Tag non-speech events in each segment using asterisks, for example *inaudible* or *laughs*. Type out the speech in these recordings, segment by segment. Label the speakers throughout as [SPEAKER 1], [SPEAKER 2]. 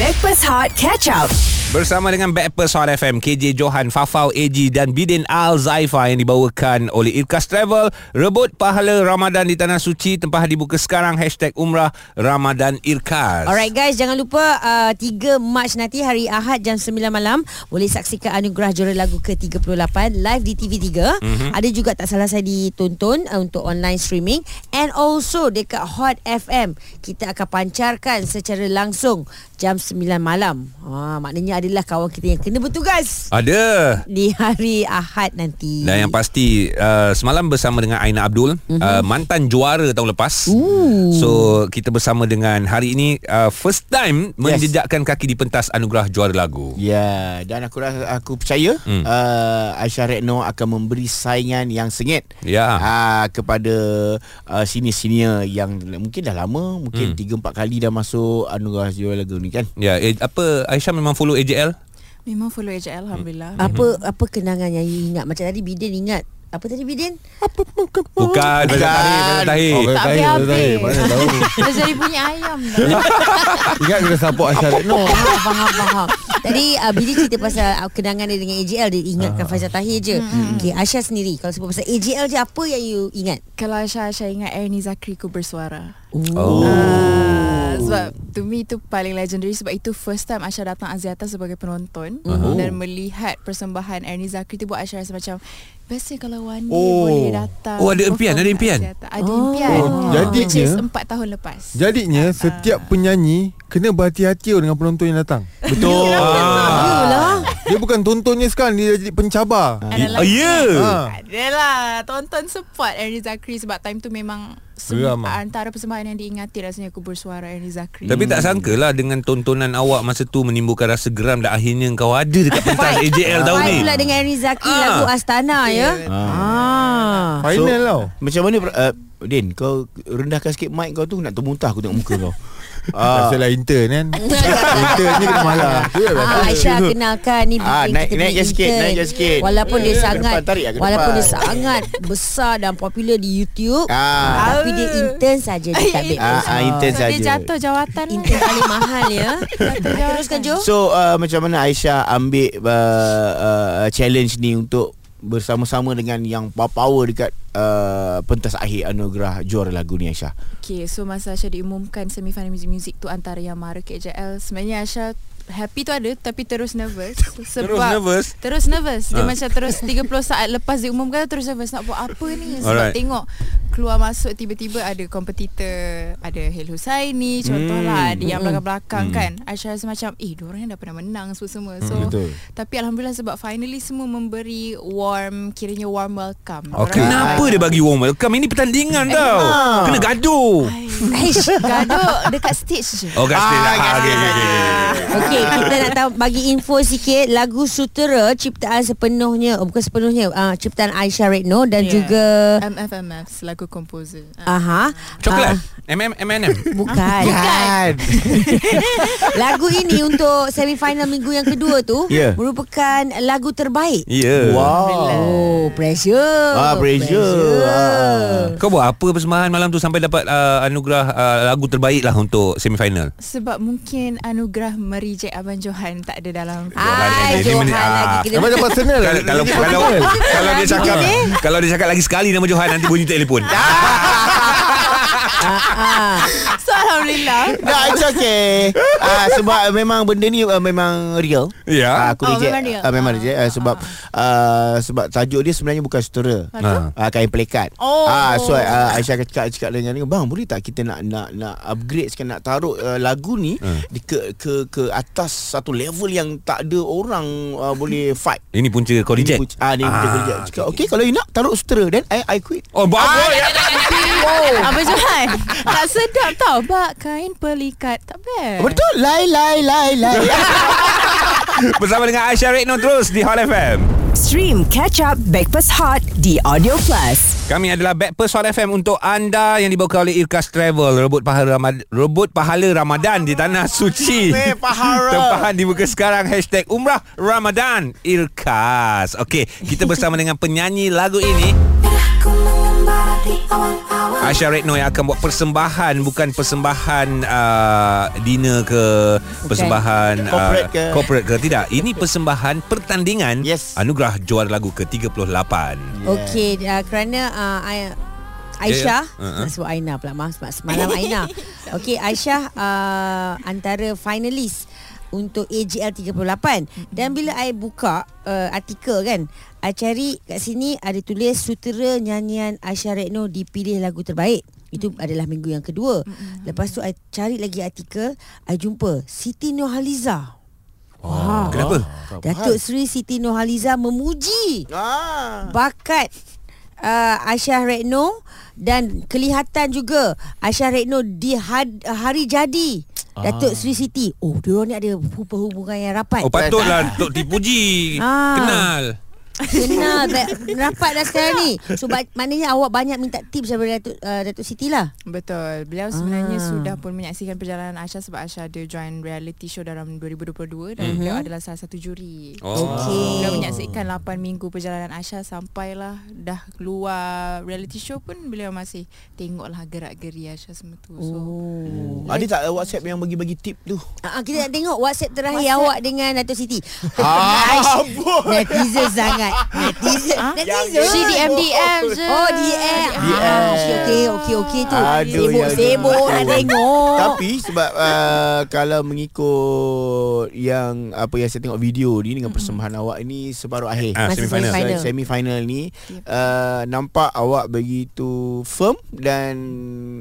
[SPEAKER 1] Breakfast Hot Catch Up.
[SPEAKER 2] Bersama dengan Backpers Hot FM KJ Johan, Fafau, AG dan Bidin Al Zaifa Yang dibawakan oleh Irkas Travel Rebut pahala Ramadan di Tanah Suci Tempah dibuka sekarang Hashtag Umrah Ramadan Irkas
[SPEAKER 3] Alright guys, jangan lupa uh, 3 Mac nanti hari Ahad jam 9 malam boleh saksikan anugerah juara lagu ke-38 live di TV3. Mm-hmm.
[SPEAKER 2] Mhm.
[SPEAKER 3] Ada juga tak salah saya ditonton uh, untuk online streaming and also dekat Hot FM kita akan pancarkan secara langsung jam 9 malam. Ha maknanya adalah kawan kita yang kena bertugas
[SPEAKER 2] Ada
[SPEAKER 3] di hari Ahad nanti.
[SPEAKER 2] Dan yang pasti uh, Semalam bersama dengan Aina Abdul mm-hmm. uh, Mantan juara tahun lepas Ooh. So kita bersama dengan Hari ini uh, First time yes. Menjejakkan kaki di pentas Anugerah juara lagu
[SPEAKER 4] Ya, yeah, dan aku rasa aku percaya hmm. uh, Aisyah Retno akan memberi saingan yang sengit
[SPEAKER 2] Ya.
[SPEAKER 4] uh, kepada uh, senior-senior yang mungkin dah lama, mungkin tiga empat kali dah masuk anugerah juara lagu ni kan.
[SPEAKER 2] Ya, eh, apa Aisyah memang follow AJL?
[SPEAKER 5] Memang follow
[SPEAKER 2] Hmm.
[SPEAKER 5] AJL Alhamdulillah
[SPEAKER 3] Apa
[SPEAKER 2] Mhm.
[SPEAKER 3] apa kenangan yang you ingat? Macam tadi Bidin ingat apa tadi Bidin?
[SPEAKER 2] Bukan, Bukan.
[SPEAKER 4] Kan?
[SPEAKER 2] Tahir, Tahir.
[SPEAKER 5] Tak habis-habis.
[SPEAKER 6] Mana tahu
[SPEAKER 5] Jadi punya ayam
[SPEAKER 4] *laughs*
[SPEAKER 5] dah.
[SPEAKER 6] Ingat kena support Aisyah Retno
[SPEAKER 3] Oh, Faham, faham, faham. Tadi uh, Bidin cerita pasal uh, kenangan dia dengan AJL Dia
[SPEAKER 4] Ah.
[SPEAKER 3] ingatkan Faizal Tahir je hmm. Okay, Aisyah sendiri Kalau sebut pasal AJL je Apa yang you ingat?
[SPEAKER 5] Kalau Aisyah Aisyah ingat Ernie Zakri ku bersuara
[SPEAKER 2] Oh.
[SPEAKER 5] Ah, Sebab to me itu paling legendary Sebab itu first time Aisyah datang Aziata sebagai penonton
[SPEAKER 2] Mhm.
[SPEAKER 5] Dan melihat persembahan Ernie Zakri Itu buat Aisyah rasa macam Biasa kalau Wani
[SPEAKER 6] Oh.
[SPEAKER 5] boleh datang
[SPEAKER 2] Oh, ada impian, ada
[SPEAKER 5] perform kat
[SPEAKER 2] impian?
[SPEAKER 5] Axiata. Ada impian
[SPEAKER 6] Oh, jadinya-
[SPEAKER 5] Which is 4 tahun lepas
[SPEAKER 6] Jadinya setiap penyanyi Kena berhati-hati dengan penonton yang datang
[SPEAKER 4] Betul. Ah.
[SPEAKER 3] Yalah
[SPEAKER 6] Dia bukan tontonnya sekarang Dia jadi pencabar
[SPEAKER 5] Adalah
[SPEAKER 2] Ah, ya.
[SPEAKER 6] Ha.
[SPEAKER 5] Adalah Tonton support Ernie Zakri Sebab time tu memang sem-
[SPEAKER 6] Geram ah.
[SPEAKER 5] Antara persembahan yang diingati Rasanya aku bersuara Ernie Zakri
[SPEAKER 2] Tapi tak sangka lah Dengan tontonan awak masa tu Menimbulkan rasa geram Dan akhirnya kau ada Dekat pentas AJL tahun
[SPEAKER 3] Fight
[SPEAKER 2] ni
[SPEAKER 3] pula dengan Ernie Zaki
[SPEAKER 2] Ah.
[SPEAKER 3] Lagu Astana ya Ah.
[SPEAKER 6] Final
[SPEAKER 4] So-
[SPEAKER 6] tau
[SPEAKER 4] *laughs* Macam mana uh, Din, kau rendahkan sikit mic kau tu nak termuntah aku tengok muka kau. Ah,
[SPEAKER 6] Pasal lah intern kan ya, Intern ni kena malah
[SPEAKER 3] Ah, Aisyah kenalkan ni
[SPEAKER 4] Ah,
[SPEAKER 3] bikin kita
[SPEAKER 4] naik- naik
[SPEAKER 3] punya
[SPEAKER 4] je sikit,
[SPEAKER 3] intern.
[SPEAKER 4] naik je sikit.
[SPEAKER 3] Walaupun
[SPEAKER 4] Ya,
[SPEAKER 3] dia
[SPEAKER 4] ya, ke
[SPEAKER 3] sangat
[SPEAKER 4] depan, tarik lah ke
[SPEAKER 3] walaupun dia
[SPEAKER 4] depan.
[SPEAKER 3] sangat besar dan popular di YouTube,
[SPEAKER 4] Ah.
[SPEAKER 3] tapi dia intern saja dekat Big
[SPEAKER 4] Ah,
[SPEAKER 3] Boss.
[SPEAKER 4] ah intern
[SPEAKER 5] So,
[SPEAKER 4] saja.
[SPEAKER 5] dia jatuh jawatan
[SPEAKER 3] Intern Kan paling mahal
[SPEAKER 5] *laughs*
[SPEAKER 3] ya. Teruskan Jo.
[SPEAKER 4] So uh, macam mana Aisyah ambil uh, uh, challenge ni untuk bersama-sama dengan yang power dekat uh, pentas akhir anugerah juara lagu ni Aisyah.
[SPEAKER 5] Okay so masa Aisyah diumumkan Semifinal Music Music tu Antara yang mara KJL Sebenarnya Aisyah Happy tu ada Tapi terus
[SPEAKER 2] *laughs*
[SPEAKER 5] nervous Sebab
[SPEAKER 2] nervous?
[SPEAKER 5] Terus nervous
[SPEAKER 2] Ah.
[SPEAKER 5] Dia macam terus 30 saat lepas diumumkan Terus nervous Nak buat apa ni Sebab
[SPEAKER 2] Alright.
[SPEAKER 5] tengok Keluar masuk tiba-tiba Ada kompetitor Ada Hel Husaini
[SPEAKER 2] Hmm.
[SPEAKER 5] Contohlah Ada yang belakang-belakang kan Aisyah rasa macam Eh diorang yang dah pernah menang Semua-semua So
[SPEAKER 2] Hmm,
[SPEAKER 6] Betul.
[SPEAKER 5] Tapi Alhamdulillah sebab Finally semua memberi Warm Kiranya warm welcome
[SPEAKER 2] Oh,
[SPEAKER 5] Orang-
[SPEAKER 2] kenapa dia bagi warm welcome? Ini pertandingan tau. Kena gaduh.
[SPEAKER 3] Aish.
[SPEAKER 5] Gaduh dekat stage je
[SPEAKER 2] Oh, kat stage.
[SPEAKER 4] Ah,
[SPEAKER 2] Ah,
[SPEAKER 4] kat
[SPEAKER 2] okay,
[SPEAKER 4] stage.
[SPEAKER 2] okay,
[SPEAKER 3] Ah.
[SPEAKER 2] okay.
[SPEAKER 3] Okey, kita nak tahu bagi info sikit lagu Sutera ciptaan sepenuhnya oh, bukan sepenuhnya ah, ciptaan Aisyah Redno dan
[SPEAKER 5] Yeah.
[SPEAKER 3] juga
[SPEAKER 5] MFMF selaku komposer. Ah.
[SPEAKER 3] aha
[SPEAKER 2] Coklat.
[SPEAKER 3] ah,
[SPEAKER 2] MM, M&M.
[SPEAKER 3] bukan.
[SPEAKER 4] Kan.
[SPEAKER 3] *laughs* Lagu ini untuk semifinal minggu yang kedua tu
[SPEAKER 4] Ya.
[SPEAKER 3] merupakan lagu terbaik.
[SPEAKER 2] Ya.
[SPEAKER 4] Wow.
[SPEAKER 3] Oh, pressure.
[SPEAKER 4] Ah, pressure. Ah.
[SPEAKER 2] Kau buat apa persembahan malam tu sampai dapat uh, anugerah uh, lagu terbaik lah untuk semifinal?
[SPEAKER 5] Sebab mungkin anugerah mereject Abang Johan tak ada dalam. *laughs*
[SPEAKER 3] Hai,
[SPEAKER 2] Ini
[SPEAKER 3] Johan lagi
[SPEAKER 2] minit- ah.
[SPEAKER 3] kena
[SPEAKER 6] Nampak
[SPEAKER 4] *laughs*
[SPEAKER 6] dah personal
[SPEAKER 2] Kalau kalau
[SPEAKER 6] Dia
[SPEAKER 2] kalau,
[SPEAKER 6] personal.
[SPEAKER 2] kalau dia cakap kalau dia cakap lagi sekali nama Johan nanti bunyi telefon.
[SPEAKER 5] So Alhamdulillah.
[SPEAKER 4] Nah, it's okay. Ah, sebab memang benda ni uh, memang real.
[SPEAKER 2] Ya.
[SPEAKER 4] Ah, aku
[SPEAKER 5] Oh,
[SPEAKER 4] reject.
[SPEAKER 5] memang real.
[SPEAKER 4] Ah, memang reject ah, sebab ah, sebab tajuk dia sebenarnya bukan sutera.
[SPEAKER 2] Ha.
[SPEAKER 4] Ah, kain pelekat.
[SPEAKER 5] Oh.
[SPEAKER 4] Ah, so ah, Aisyah akan cakap cakap dengan dia, "Bang, boleh tak kita nak nak nak upgrade sekarang nak taruh uh, lagu ni di ke ke ke atas satu level yang tak ada orang uh, *laughs* boleh fight."
[SPEAKER 2] Ini punca kau
[SPEAKER 4] Ini
[SPEAKER 2] reject.
[SPEAKER 4] punca- Ah, ni ah, reject. Cakap, "Okay, okay, kalau you nak taruh sutera then I I quit."
[SPEAKER 2] Oh,
[SPEAKER 4] Ah,
[SPEAKER 2] bagus.
[SPEAKER 4] ya.
[SPEAKER 5] Abang Johan tak sedap tau. Bak kain pelikat tak best.
[SPEAKER 4] Betul. Lai lai lai *laughs* Ah, lai.
[SPEAKER 2] *laughs* Bersama dengan Aisyah Redno terus di Hot FM.
[SPEAKER 1] Stream Catch Up Breakfast Hot di Audio Plus.
[SPEAKER 2] Kami adalah Backpers Hot FM untuk anda yang dibawa oleh Irkas Travel. Rebut pahala Ramadan, rebut pahala Ramadan di Tanah Suci.
[SPEAKER 4] Eh, pahala.
[SPEAKER 2] Tempahan dibuka sekarang Hashtag Umrah Ramadan Irkas Okey Kita bersama dengan penyanyi lagu ini
[SPEAKER 7] Aku mengembara
[SPEAKER 2] Aisyah Redno yang akan buat persembahan bukan persembahan uh, dinner ke persembahan uh,
[SPEAKER 4] Corporate ke.
[SPEAKER 2] corporate ke tidak ini persembahan pertandingan
[SPEAKER 4] Yes.
[SPEAKER 2] anugerah juara lagu ke-38
[SPEAKER 3] Okey uh, kerana uh, I- Aisyah
[SPEAKER 2] Ya, ya. Uh-huh.
[SPEAKER 3] yeah. Sebut Aina pula Maaf sebab semalam *laughs* Aina Okey Aisyah uh, Antara finalis Untuk AGL 38 Dan bila I buka uh, Artikel kan I cari kat sini Ada tulis Sutera nyanyian Aisyah Retno Dipilih lagu terbaik itu adalah minggu yang kedua. Lepas tu I cari lagi artikel, I jumpa Siti Nurhaliza.
[SPEAKER 4] Oh.
[SPEAKER 3] Wah.
[SPEAKER 2] Kenapa?
[SPEAKER 3] Datuk Seri Siti Nurhaliza memuji
[SPEAKER 4] Ah.
[SPEAKER 3] bakat uh, Aisyah Retno dan kelihatan juga Aisyah Retno di had, hari jadi
[SPEAKER 4] Ah.
[SPEAKER 3] Datuk Sri Siti. Oh, dia ni ada hubungan yang rapat.
[SPEAKER 2] Oh
[SPEAKER 4] *laughs*
[SPEAKER 2] patutlah untuk dipuji
[SPEAKER 3] Ah.
[SPEAKER 2] Kenal
[SPEAKER 4] *laughs*
[SPEAKER 3] Kenal ba- rapat dah sekarang ni. So ba- maknanya awak banyak minta tips daripada Datuk uh, Datuk Siti lah.
[SPEAKER 5] Betul. Beliau sebenarnya
[SPEAKER 3] Ah.
[SPEAKER 5] ah. sudah pun menyaksikan perjalanan Aisyah sebab Aisyah ada join reality show dalam 2022 dan mm-hmm. beliau adalah salah satu juri.
[SPEAKER 2] Oh.
[SPEAKER 3] Okey.
[SPEAKER 5] Beliau menyaksikan 8 minggu perjalanan Aisyah sampailah dah keluar reality show pun beliau masih tengoklah gerak-geri Aisyah semua tu. So
[SPEAKER 3] Oh.
[SPEAKER 4] Ada tak uh, WhatsApp yang bagi-bagi tip tu?
[SPEAKER 3] Ah, ah, kita nak tengok WhatsApp terakhir WhatsApp. awak dengan Datuk Siti.
[SPEAKER 4] Ah, *laughs* boy.
[SPEAKER 3] Netizen
[SPEAKER 4] *laughs*
[SPEAKER 3] sangat. Netizen. Netizen.
[SPEAKER 5] She DM DM je.
[SPEAKER 3] Oh DM
[SPEAKER 4] DM.
[SPEAKER 3] ah, she okay okay okay tu
[SPEAKER 4] Aduh, ya
[SPEAKER 3] Sibuk-sibuk
[SPEAKER 4] Tuhan.
[SPEAKER 3] nak tengok
[SPEAKER 4] Tapi sebab uh, kalau mengikut yang apa yang saya tengok video ni dengan persembahan awak ni separuh akhir.
[SPEAKER 2] Ah,
[SPEAKER 3] Masih
[SPEAKER 2] semifinal.
[SPEAKER 3] semifinal.
[SPEAKER 4] Semi- Semi-final ni uh, Nampak awak begitu firm Dan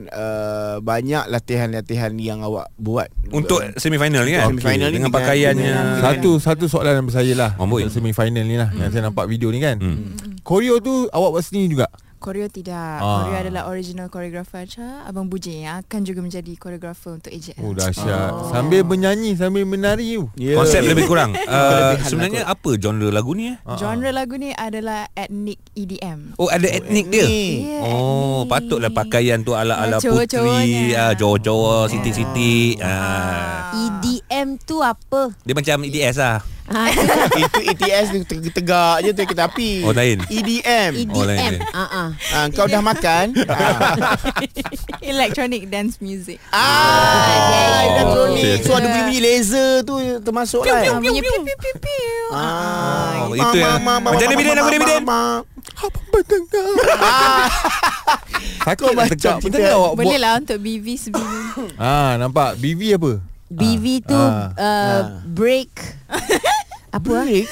[SPEAKER 4] uh, Banyak latihan-latihan yang awak buat
[SPEAKER 2] Untuk semifinal ni kan
[SPEAKER 4] Semifinal ni
[SPEAKER 2] Dengan
[SPEAKER 4] dengan-
[SPEAKER 2] pakaiannya
[SPEAKER 4] dengan-
[SPEAKER 6] Satu satu soalan daripada saya lah
[SPEAKER 2] Oh, boy.
[SPEAKER 6] Untuk semi-final ni lah Yang saya nampak video ni kan
[SPEAKER 5] Mm.
[SPEAKER 6] Koreo tu awak buat sendiri juga
[SPEAKER 5] Koreo tidak.
[SPEAKER 6] Ah.
[SPEAKER 5] Ah. Koreo adalah original choreographer Aisyah. Abang Bujing yang akan juga menjadi choreographer untuk AJL.
[SPEAKER 6] Oh dahsyat oh. Sambil bernyanyi Sambil menari tu
[SPEAKER 4] yeah.
[SPEAKER 2] Konsep lebih *laughs* kurang uh,
[SPEAKER 4] Kelebihan
[SPEAKER 2] Sebenarnya apa genre lagu ni eh?
[SPEAKER 5] Genre lagu ni adalah E ethnic EDM.
[SPEAKER 2] Oh ada etnik dia
[SPEAKER 4] Ni.
[SPEAKER 5] Yeah,
[SPEAKER 2] Oh
[SPEAKER 5] ethnic.
[SPEAKER 2] patutlah pakaian tu ala-ala
[SPEAKER 5] Ah, cowok-cowoknya.
[SPEAKER 2] putri ah, Jawa-jawa Siti-siti ah.
[SPEAKER 3] EDM E tu apa
[SPEAKER 2] Dia macam EDS lah
[SPEAKER 4] *laughs*
[SPEAKER 3] Ah,
[SPEAKER 4] Itu E ETS dia teg- tegak je tu kita api
[SPEAKER 2] Oh, lain.
[SPEAKER 4] EDM
[SPEAKER 2] Oh, lain
[SPEAKER 3] EDM
[SPEAKER 2] dia.
[SPEAKER 3] Ah ah.
[SPEAKER 4] Ah, Kau dah makan ah.
[SPEAKER 5] E- Electronic dance music.
[SPEAKER 4] Ah,
[SPEAKER 2] Okay,
[SPEAKER 4] elektronik.
[SPEAKER 2] okay.
[SPEAKER 4] So ada bunyi-bunyi laser tu termasuk lah.
[SPEAKER 5] Yang punya piu piu piu.
[SPEAKER 4] Ah,
[SPEAKER 2] Oh, itu yang- Macam mana Biden? Aku dia Biden.
[SPEAKER 6] Apa bertengkar Takut
[SPEAKER 4] Kau
[SPEAKER 6] nak
[SPEAKER 4] macam
[SPEAKER 6] tegak
[SPEAKER 4] kita-
[SPEAKER 6] Bertengkar awak
[SPEAKER 5] Boleh
[SPEAKER 6] buat
[SPEAKER 5] lah untuk BV sebelum
[SPEAKER 6] *laughs* Ah Nampak BV apa
[SPEAKER 3] BV tu
[SPEAKER 6] Ah.
[SPEAKER 3] uh, Break Apa ah?
[SPEAKER 2] BV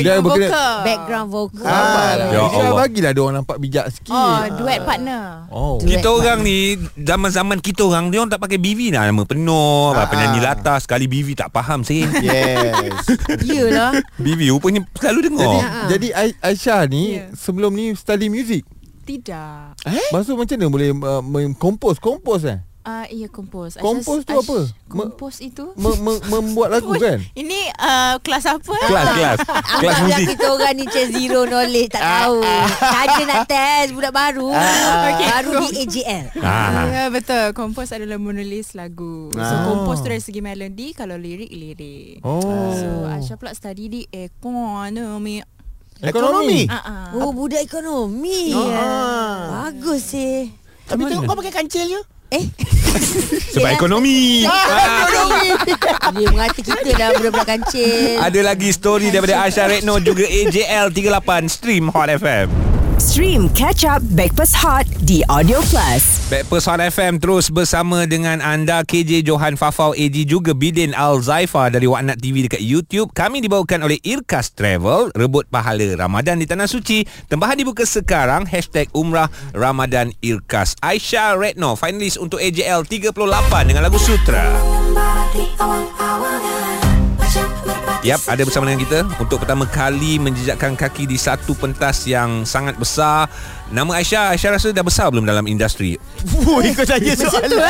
[SPEAKER 6] Dia
[SPEAKER 5] background
[SPEAKER 6] berkena-
[SPEAKER 5] vocal.
[SPEAKER 3] Background vocal
[SPEAKER 4] Ah,
[SPEAKER 2] Ya
[SPEAKER 6] Ya Allah
[SPEAKER 2] Allah.
[SPEAKER 6] Bagilah dia orang nampak bijak sikit
[SPEAKER 5] Oh, duet
[SPEAKER 3] Ah.
[SPEAKER 5] partner.
[SPEAKER 6] Oh
[SPEAKER 3] Duet.
[SPEAKER 2] kita orang ni Zaman-zaman kita orang Dia orang tak pakai BV lah Nama penuh
[SPEAKER 4] Ah,
[SPEAKER 2] uh Penyanyi
[SPEAKER 4] ah.
[SPEAKER 2] latar Sekali BV tak faham *laughs* sih
[SPEAKER 4] Yes.
[SPEAKER 3] Yelah
[SPEAKER 2] BV rupanya Selalu
[SPEAKER 6] Jadi,
[SPEAKER 2] dengar
[SPEAKER 6] Oh. jadi Ai- Aisyah ni
[SPEAKER 5] Ya. Eh?
[SPEAKER 6] sebelum ni study music.
[SPEAKER 5] Tidak.
[SPEAKER 6] Lepas tu macam mana boleh uh, mengkompos, kompos eh?
[SPEAKER 5] Ah, ya kompos. Aisyah-
[SPEAKER 6] Kompos tu
[SPEAKER 5] Aisyah-
[SPEAKER 6] apa? Me-
[SPEAKER 5] Kompos itu?
[SPEAKER 6] Me- me- membuat lagu kan?
[SPEAKER 5] Ini ah, kelas apa? eh?
[SPEAKER 2] *laughs* Kelas-kelas *laughs* Kelas
[SPEAKER 3] Anggaplah
[SPEAKER 2] muzik
[SPEAKER 3] kita orang ni Cik Zero knowledge Tak tahu Saja nak test Budak baru
[SPEAKER 5] Okay.
[SPEAKER 3] Baru di AGL
[SPEAKER 2] Ah.
[SPEAKER 5] Ya betul Kompos adalah menulis lagu So
[SPEAKER 4] Ah.
[SPEAKER 5] kompos tu dari segi melodi Kalau lirik lirik
[SPEAKER 6] Oh.
[SPEAKER 5] So Aisyah pula study di ekonomi
[SPEAKER 4] Ekonomi.
[SPEAKER 5] Ah, ah.
[SPEAKER 3] Oh budak ekonomi
[SPEAKER 4] Ah.
[SPEAKER 3] Bagus sih
[SPEAKER 4] *laughs* Tapi tengok kau pakai kancil je.
[SPEAKER 3] Eh
[SPEAKER 2] Sebab ekonomi
[SPEAKER 3] Dia mengata kita dah budak-budak kancil
[SPEAKER 2] Ada lagi story daripada Aisyah Retno Juga AJL 38 Stream Hot FM
[SPEAKER 1] Stream Catch Up Backpass Hot di Audio Plus.
[SPEAKER 2] Backpast Hot FM terus bersama dengan anda KJ Johan Fafau AG juga Bidin Al Zaifa dari Waknat TV dekat YouTube. Kami dibawakan oleh Irkas Travel, rebut pahala Ramadan di Tanah Suci. Tempahan dibuka sekarang hashtag Umrah Ramadan Irkas. Aisyah Retno, finalis untuk AJL 38 dengan lagu Sutra. Yap, ada bersama dengan kita untuk pertama kali menjejakkan kaki di satu pentas yang sangat besar. Nama Aisyah, Aisyah rasa dah besar belum dalam industri?
[SPEAKER 4] Woi, kau tanya soalan.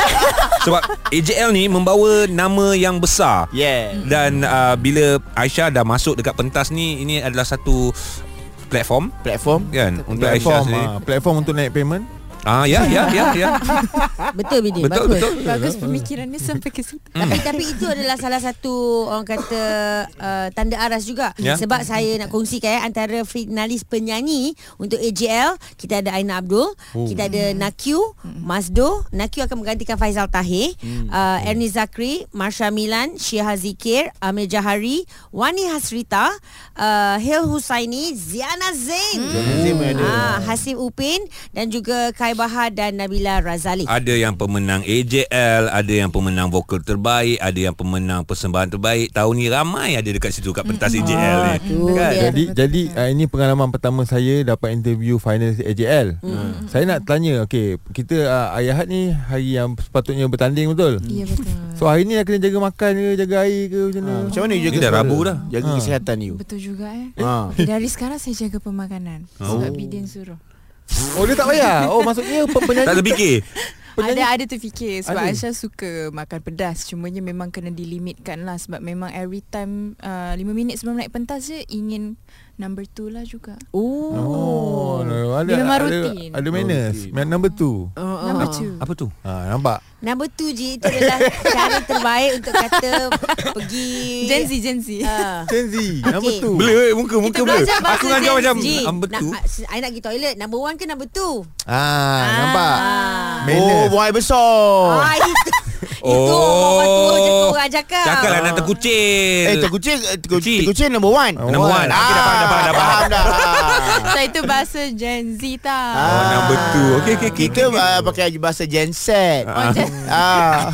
[SPEAKER 2] Sebab AJL ni membawa nama yang besar.
[SPEAKER 4] Yeah.
[SPEAKER 2] Dan uh, bila Aisyah dah masuk dekat pentas ni ini adalah satu platform
[SPEAKER 4] Platform.
[SPEAKER 2] kan untuk Aisyah
[SPEAKER 6] Platform
[SPEAKER 2] sendiri.
[SPEAKER 3] ah.
[SPEAKER 6] ah, platform untuk naik payment.
[SPEAKER 2] Ah ya ya ya ya.
[SPEAKER 3] *laughs* Betul Bidin
[SPEAKER 2] Betul
[SPEAKER 3] Bagus.
[SPEAKER 2] betul.
[SPEAKER 5] Bagus pemikiran dia sampai ke situ.
[SPEAKER 3] Tapi tapi itu adalah salah satu orang kata uh, tanda aras juga
[SPEAKER 2] Ya.
[SPEAKER 3] yeah. sebab saya nak kongsikan eh, antara finalis penyanyi untuk AJL kita ada Aina Abdul, oh. kita ada Nakyu, Masdo, Nakyu akan menggantikan Faizal Tahir, uh, Ernie Zakri, Marsha Milan, Syiha Zikir, Amir Jahari, Wani Hasrita, uh, Hil Husaini, Ziana Zain.
[SPEAKER 4] Zain pun ada.
[SPEAKER 3] Ah, Hasib Upin dan juga Kai Bahar dan Nabila Razali.
[SPEAKER 2] Ada yang pemenang AJL, ada yang pemenang vokal terbaik, ada yang pemenang persembahan terbaik. Tahun ni ramai ada dekat situ kat pentas AJL ni. Kan?
[SPEAKER 3] tu dia.
[SPEAKER 5] Ya,
[SPEAKER 6] Jadi jadi uh, ini pengalaman pertama saya dapat interview final AJL. Hmm. Saya nak tanya, okey, kita uh, Ayahat ni hari yang sepatutnya bertanding betul?
[SPEAKER 5] Ya betul.
[SPEAKER 6] So hari ni nak kena jaga makan ke, jaga air ke macam mana?
[SPEAKER 2] Ah,
[SPEAKER 4] Ha, macam mana you jaga
[SPEAKER 2] Ni dah
[SPEAKER 4] suara?
[SPEAKER 2] Rabu dah. Ah.
[SPEAKER 4] Jaga
[SPEAKER 6] Ha.
[SPEAKER 4] kesihatan you
[SPEAKER 5] Betul juga eh.
[SPEAKER 4] ha.
[SPEAKER 5] Okay, dari sekarang saya jaga pemakanan sebab bidin suruh.
[SPEAKER 6] Oh dia tak payah. Oh maksudnya pe-
[SPEAKER 2] Tak
[SPEAKER 6] penyanyi
[SPEAKER 2] terfikir.
[SPEAKER 6] Penyanyi-
[SPEAKER 5] Ada ada terfikir sebab
[SPEAKER 6] Ada.
[SPEAKER 5] Aisyah suka makan pedas cumanya memang kena dilimitkan lah sebab memang every time uh, 5 minit sebelum naik pentas je ingin number 2 lah juga.
[SPEAKER 6] Oh, no, ada,
[SPEAKER 5] Dia memang
[SPEAKER 6] ada,
[SPEAKER 5] rutin.
[SPEAKER 6] ada manners. Man number two.
[SPEAKER 3] Ah.
[SPEAKER 5] Number 2.
[SPEAKER 2] Apa tu?
[SPEAKER 6] Ha, nampak?
[SPEAKER 3] Number two je Itu adalah
[SPEAKER 6] *laughs*
[SPEAKER 3] cara terbaik Untuk kata Pergi
[SPEAKER 5] Gen Z Gen Z. *laughs*
[SPEAKER 3] Ah.
[SPEAKER 6] Gen Z, number two.
[SPEAKER 2] Blur eh, muka
[SPEAKER 3] Kita
[SPEAKER 2] muka blur.
[SPEAKER 3] belajar bahasa
[SPEAKER 2] Aku ngajar macam
[SPEAKER 3] Gen Z.
[SPEAKER 2] ah, betul.
[SPEAKER 3] Nak, I nak pergi toilet Number one ke number two
[SPEAKER 6] Ah, nampak?
[SPEAKER 3] ah.
[SPEAKER 4] Oh
[SPEAKER 6] Manners.
[SPEAKER 4] buai besar
[SPEAKER 3] Ah,
[SPEAKER 6] *laughs*
[SPEAKER 3] itu, itu orang
[SPEAKER 6] Oh.
[SPEAKER 3] tua je korang cakap
[SPEAKER 2] Cakap lah nak terkucil.
[SPEAKER 4] Eh terkucil eh, terku-
[SPEAKER 2] Kucil.
[SPEAKER 4] Terkucil number one Ah,
[SPEAKER 2] Number one. Okey, dah faham, dah faham, dah faham.
[SPEAKER 4] dah faham
[SPEAKER 5] So itu bahasa Gen Z tau.
[SPEAKER 2] Oh,
[SPEAKER 4] Ah.
[SPEAKER 2] number two. Okey, okey, okey.
[SPEAKER 4] Kita uh, pakai bahasa genset
[SPEAKER 5] Oh, Gen
[SPEAKER 2] *laughs*
[SPEAKER 4] Ah.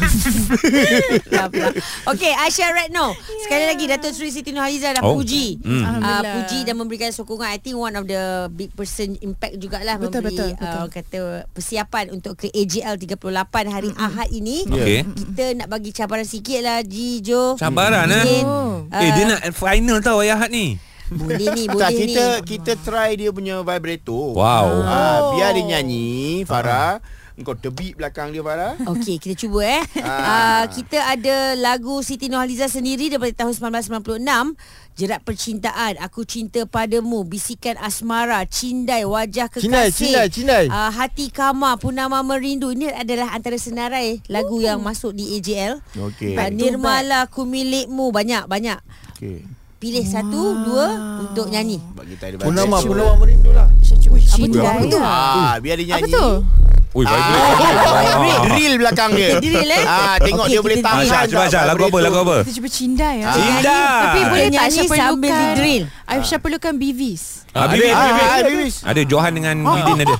[SPEAKER 3] Blah, blah. Okey Aisyah Retno Sekali lagi Dato' Sri Siti Nurhaliza dah
[SPEAKER 2] Oh.
[SPEAKER 3] puji uh,
[SPEAKER 2] Hmm.
[SPEAKER 5] Alhamdulillah.
[SPEAKER 3] Puji dan memberikan sokongan I think one of the Big person impact jugalah
[SPEAKER 5] Betul,
[SPEAKER 3] Memberi
[SPEAKER 5] betul,
[SPEAKER 3] uh,
[SPEAKER 5] betul.
[SPEAKER 3] orang kata Persiapan untuk ke AJL 38 hari Ahad ini
[SPEAKER 2] Okey.
[SPEAKER 3] Kita nak bagi cabaran sikit lah Ji, Jo
[SPEAKER 2] Cabaran eh.
[SPEAKER 3] Din.
[SPEAKER 5] Oh.
[SPEAKER 2] Eh dia nak final tau Ayah Hat ni.
[SPEAKER 3] Boleh ni
[SPEAKER 4] Tak
[SPEAKER 3] Boleh ni Oh.
[SPEAKER 4] kita kita try dia punya vibrato.
[SPEAKER 2] Wow. Ah.
[SPEAKER 4] Ah, biar dia nyanyi Farah. Engkau tebi belakang dia Farah.
[SPEAKER 3] Okey, kita cuba eh.
[SPEAKER 4] Ah.
[SPEAKER 3] Ah. Uh, kita ada lagu Siti Nurhaliza sendiri daripada tahun 1996. Jerat percintaan, aku cinta padamu, bisikan asmara, cindai wajah kekasih.
[SPEAKER 6] Cindai, cindai, cindai.
[SPEAKER 3] Uh, hati kama, punama merindu. Ini adalah antara senarai lagu yang masuk di AJL.
[SPEAKER 4] Okey.
[SPEAKER 3] Uh, Nirmala, ku milikmu. Banyak, banyak.
[SPEAKER 4] Okey.
[SPEAKER 3] Pilih satu, dua untuk nyanyi.
[SPEAKER 4] Bagi kita ada
[SPEAKER 6] Punama,
[SPEAKER 4] vibrato.
[SPEAKER 6] punama merindu lah.
[SPEAKER 5] Aisyah cuba
[SPEAKER 3] tu? Apa
[SPEAKER 5] Apa
[SPEAKER 3] tu?
[SPEAKER 5] tu?
[SPEAKER 4] Ah, biar dia
[SPEAKER 5] Apa
[SPEAKER 4] nyanyi.
[SPEAKER 5] tu?
[SPEAKER 2] Ui,
[SPEAKER 4] Ah,
[SPEAKER 2] vibrate.
[SPEAKER 4] *laughs* drill belakang dia.
[SPEAKER 3] Kita *laughs* drill, eh?
[SPEAKER 4] Ah, tengok
[SPEAKER 3] Okey,
[SPEAKER 4] dia
[SPEAKER 3] kita
[SPEAKER 4] boleh
[SPEAKER 3] drill.
[SPEAKER 4] tahan.
[SPEAKER 2] Aisyah, cuba
[SPEAKER 4] tak
[SPEAKER 2] Aisyah. Lagu apa?
[SPEAKER 4] vibrato.
[SPEAKER 2] Lagu apa?
[SPEAKER 5] Kita cuba cindai ya.
[SPEAKER 2] Cinta.
[SPEAKER 5] Tapi boleh tak
[SPEAKER 3] Nyanyi
[SPEAKER 5] Aisyah
[SPEAKER 3] sambil
[SPEAKER 5] perlukan
[SPEAKER 3] di-drill.
[SPEAKER 5] Aisyah perlukan BVs
[SPEAKER 2] Habis.
[SPEAKER 4] Ah, habis.
[SPEAKER 2] Ada Johan dengan Bidin ada. Ah,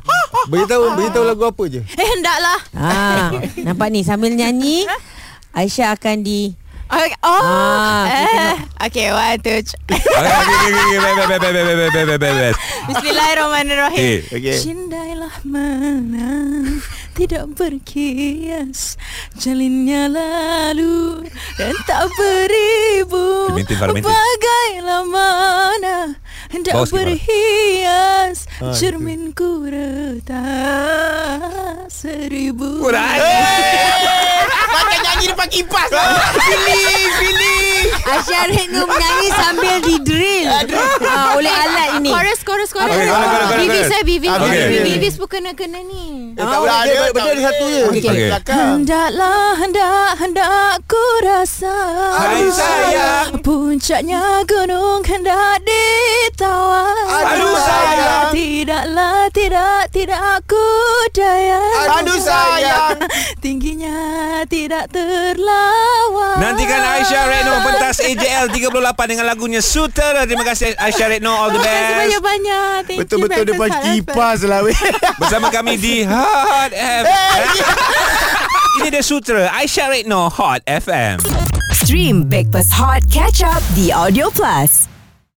[SPEAKER 6] Beritahu, beritahu lagu apa je.
[SPEAKER 5] Eh hendaklah
[SPEAKER 3] Ah, nampak ni sambil nyanyi Aisyah akan di
[SPEAKER 5] Okay. Oh.
[SPEAKER 3] Ah, kita
[SPEAKER 5] eh. Okay, one, two. three.
[SPEAKER 2] Okey, okey, okey, okey, baik, baik, baik, baik, baik, baik, baik, baik, baik. Eh,
[SPEAKER 5] Bismillahirrahmanirrahim.
[SPEAKER 4] Okey.
[SPEAKER 5] Cindailah menang Tidak berkias Jalinnya lalu Dan tak beribu
[SPEAKER 2] Dia maintain, Farah, maintain.
[SPEAKER 5] Bagai mana Hendak
[SPEAKER 2] Bawah sikit, Farah.
[SPEAKER 5] berhias
[SPEAKER 6] Ah, itu.
[SPEAKER 5] Cerminku retak Seribu
[SPEAKER 2] kurang.
[SPEAKER 4] Pakai nyanyi depan kipas. lah.
[SPEAKER 3] *laughs*
[SPEAKER 4] Pilih, pilih.
[SPEAKER 3] Aisyah Retno menyanyi sambil di drill ah, oleh alat ini.
[SPEAKER 5] Chorus, chorus, chorus.
[SPEAKER 2] Okay, chorus, chorus, chorus,
[SPEAKER 5] Bibis,
[SPEAKER 2] chorus.
[SPEAKER 5] eh, bibis.
[SPEAKER 4] Ah,
[SPEAKER 2] okay, okay.
[SPEAKER 5] Bibis pun kena-kena ni.
[SPEAKER 4] Eh, tak
[SPEAKER 3] Oh,
[SPEAKER 4] boleh,
[SPEAKER 6] okey,
[SPEAKER 4] ada,
[SPEAKER 6] benda
[SPEAKER 4] tak
[SPEAKER 6] ada satu
[SPEAKER 4] boleh.
[SPEAKER 6] je.
[SPEAKER 4] Okey,
[SPEAKER 2] Okey.
[SPEAKER 4] belakang.
[SPEAKER 5] Hendaklah hendak hendak ku rasa
[SPEAKER 2] Hai, sayang.
[SPEAKER 5] Puncaknya gunung hendak ditawan
[SPEAKER 4] Aduh, sayang.
[SPEAKER 5] Tidaklah tidak tidak ku daya
[SPEAKER 4] Aduh, sayang.
[SPEAKER 5] *laughs* Tingginya tidak terlawan
[SPEAKER 2] Nantikan Aisyah Retno pentas AJL 38 dengan lagunya Sutera. Terima kasih Aisyah Retno. All the
[SPEAKER 5] Terima kasih
[SPEAKER 2] best.
[SPEAKER 5] banyak-banyak Thank you,
[SPEAKER 4] Betul-betul depan
[SPEAKER 5] Breakfast Hot
[SPEAKER 4] kipas lah weh.
[SPEAKER 2] Bersama kami di Hot FM. Eh. *laughs* Ini dia Sutera. Aisyah Retno Hot FM.
[SPEAKER 1] Stream Breakfast Hot Catch Up The Audio Plus.